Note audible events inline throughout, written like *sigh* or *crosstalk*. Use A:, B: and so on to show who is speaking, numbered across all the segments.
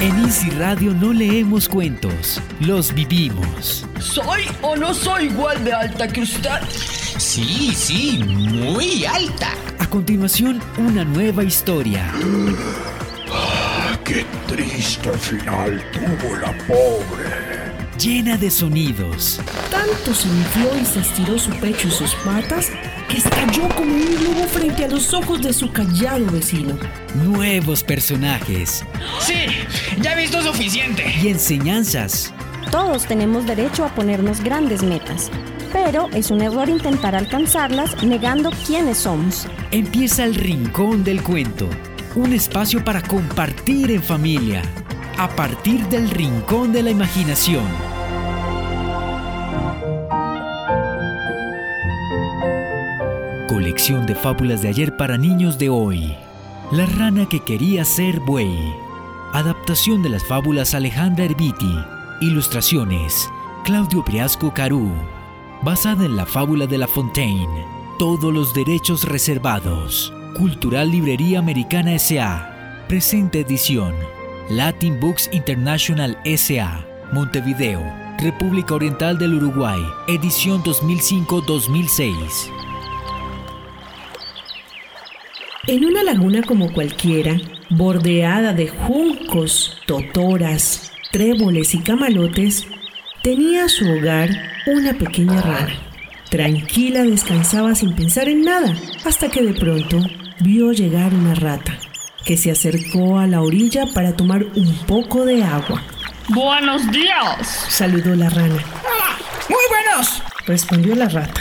A: En Easy Radio no leemos cuentos, los vivimos.
B: ¿Soy o no soy igual de alta que usted?
C: Sí, sí, muy alta.
A: A continuación, una nueva historia.
D: Ah, ¡Qué triste final tuvo la pobre!
A: Llena de sonidos,
E: Tanto se infló y se estiró su pecho y sus patas que estalló como un globo frente a los ojos de su callado vecino.
A: nuevos personajes
C: Sí, ya he visto suficiente.
A: y enseñanzas.
F: Todos tenemos derecho a ponernos grandes metas, pero es un error intentar alcanzarlas negando quiénes somos.
A: Empieza el Rincón del Cuento, un espacio para compartir en familia, a partir del Rincón de la Imaginación. Colección de fábulas de ayer para niños de hoy. La rana que quería ser buey. Adaptación de las fábulas Alejandra Herbiti. Ilustraciones. Claudio Priasco Carú. Basada en la fábula de La Fontaine. Todos los derechos reservados. Cultural Librería Americana S.A. Presente edición. Latin Books International S.A. Montevideo. República Oriental del Uruguay. Edición 2005-2006.
E: En una laguna como cualquiera, bordeada de juncos, totoras, tréboles y camalotes, tenía su hogar una pequeña rana. Tranquila descansaba sin pensar en nada, hasta que de pronto vio llegar una rata, que se acercó a la orilla para tomar un poco de agua.
B: Buenos días.
E: Saludó la rana,
B: Muy buenos.
E: respondió la rata,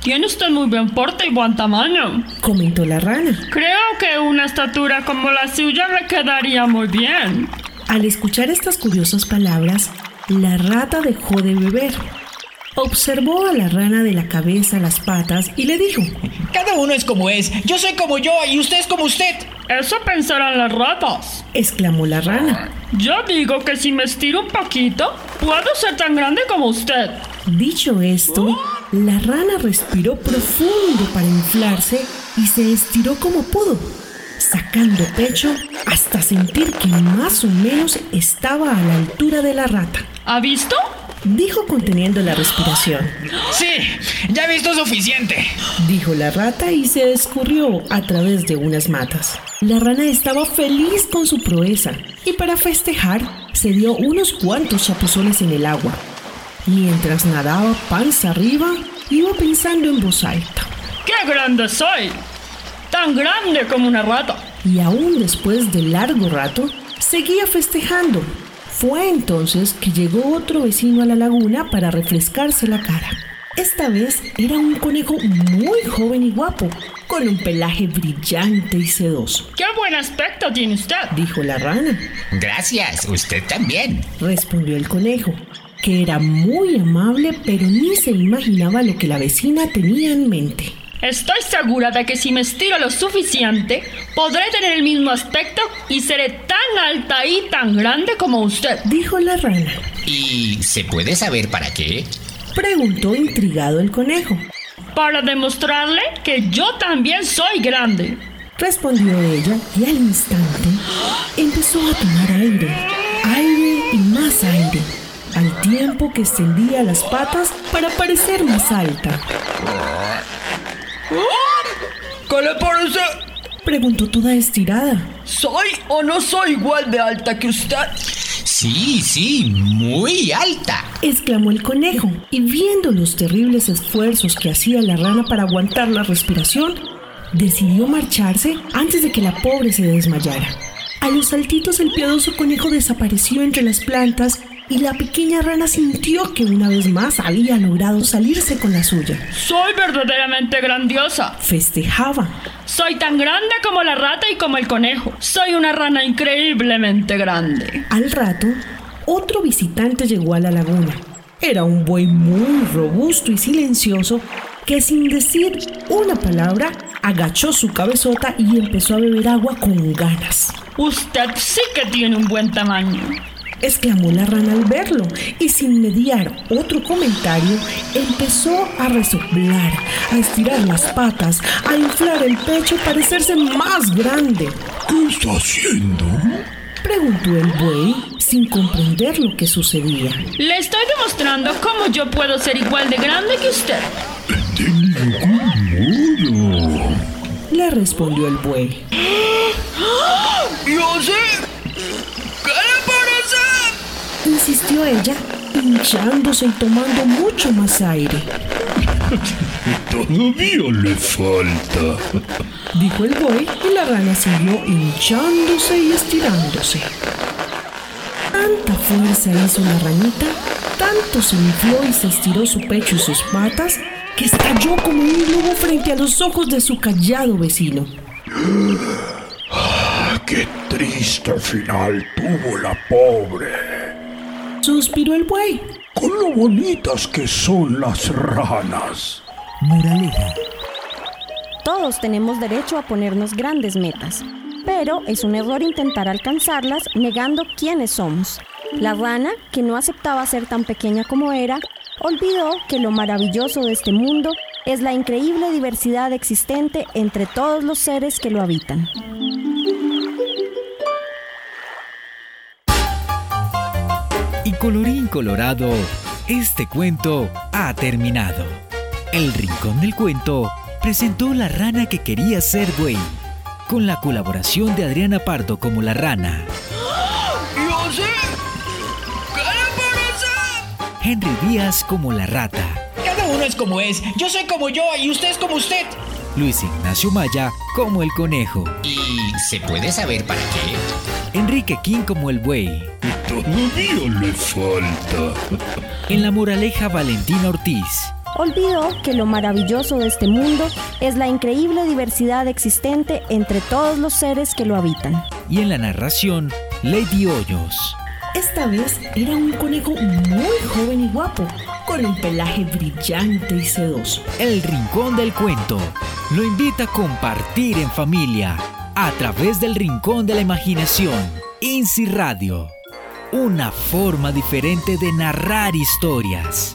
B: Tiene usted muy buen porte y buen tamaño.
E: comentó la rana.
B: Creo que una estatura como la suya le quedaría muy bien.
E: Al escuchar estas curiosas palabras, la rata dejó de beber. Observó a la rana de la cabeza a las patas y le dijo,
C: Cada uno es como es. Yo soy como yo y usted es como usted.
B: Eso pensarán las ratas.
E: exclamó la rana.
B: Yo digo que si me estiro un poquito, puedo ser tan grande como usted.
E: Dicho esto, la rana respiró profundo para inflarse y se estiró como pudo, sacando pecho hasta sentir que más o menos estaba a la altura de la rata.
B: ¿Ha visto?
E: Dijo conteniendo la respiración.
C: Sí, ya he visto suficiente.
E: dijo la rata y se escurrió a través de unas matas. La rana estaba feliz con su proeza y para festejar se dio unos cuantos chapuzones en el agua. Mientras nadaba panza arriba, iba pensando en voz alta.
B: ¡Qué grande soy! Tan grande como una rata.
E: Y aún después de largo rato, seguía festejando. Fue entonces que llegó otro vecino a la laguna para refrescarse la cara. Esta vez era un conejo muy joven y guapo, con un pelaje brillante y sedoso.
B: ¡Qué buen aspecto tiene usted!
E: dijo la rana.
C: Gracias, usted también.
E: Respondió el conejo, que era muy amable, pero ni se imaginaba lo que la vecina tenía en mente.
B: Estoy segura de que si me estiro lo suficiente, podré tener el mismo aspecto y seré tan alta y tan grande como usted.
E: Dijo la rana.
C: ¿Y se puede saber para qué?
E: Preguntó intrigado el conejo.
B: Para demostrarle que yo también soy grande.
E: Respondió ella y al instante empezó a tomar aire, aire y más aire, al tiempo que extendía las patas para parecer más alta.
B: ¿Qué le parece?
E: Preguntó toda estirada.
B: ¿Soy o no soy igual de alta que usted?
C: Sí, sí, muy alta.
E: exclamó el conejo, y viendo los terribles esfuerzos que hacía la rana para aguantar la respiración, decidió marcharse antes de que la pobre se desmayara. A los saltitos el piadoso conejo desapareció entre las plantas y la pequeña rana sintió que una vez más había logrado salirse con la suya.
B: Soy verdaderamente grandiosa.
E: Festejaba,
B: Soy tan grande como la rata y como el conejo. Soy una rana increíblemente grande.
E: Al rato, otro visitante llegó a la laguna. Era un buey muy robusto y silencioso que sin decir una palabra agachó su cabezota y empezó a beber agua con ganas.
B: Usted sí que tiene un buen tamaño.
E: Exclamó la rana al verlo y sin mediar otro comentario empezó a resoplar, a estirar las patas, a inflar el pecho y parecerse más grande.
D: ¿Qué está haciendo?
E: Preguntó el buey sin comprender lo que sucedía.
B: Le estoy demostrando cómo yo puedo ser igual de grande que usted.
D: De ningún modo.
E: Le respondió el buey.
C: ¡Yo sé! ¡Ah! ¡Qué le parece!
E: Insistió ella, hinchándose y tomando mucho más aire.
D: *laughs* Todavía le falta.
E: Dijo el buey y la rana siguió hinchándose y estirándose. Tanta fuerza hizo la ranita, tanto se infló y se estiró su pecho y sus patas, que estalló como un globo frente a los ojos de su callado vecino.
D: Ah, ¡Qué triste final tuvo la pobre!
E: Suspiró el buey.
D: Con lo bonitas que son las ranas.
A: Moraleja.
F: Todos tenemos derecho a ponernos grandes metas, pero es un error intentar alcanzarlas negando quiénes somos. La rana, que no aceptaba ser tan pequeña como era, olvidó que lo maravilloso de este mundo es la increíble diversidad existente entre todos los seres que lo habitan.
A: Y colorín colorado, este cuento ha terminado. El Rincón del Cuento presentó La Rana que quería ser buey, con la colaboración de Adriana Pardo como la rana,
C: ¡Yo sé! ¿Qué le parece?
A: Henry Díaz como la rata,
C: Cada uno es como es. Yo soy como yo y usted es como usted.
A: Luis Ignacio Maya como el conejo,
G: ¿Y se puede saber para qué?
A: Enrique King como el buey,
D: Todavía le falta.
A: en la moraleja Valentina Ortiz,
F: Olvidó que lo maravilloso de este mundo es la increíble diversidad existente entre todos los seres que lo habitan.
A: y en la narración Lady Hoyos.
E: Esta vez era un conejo muy joven y guapo, con el pelaje brillante y sedoso.
A: El Rincón del Cuento lo invita a compartir en familia a través del Rincón de la Imaginación, INSI Radio. Una forma diferente de narrar historias.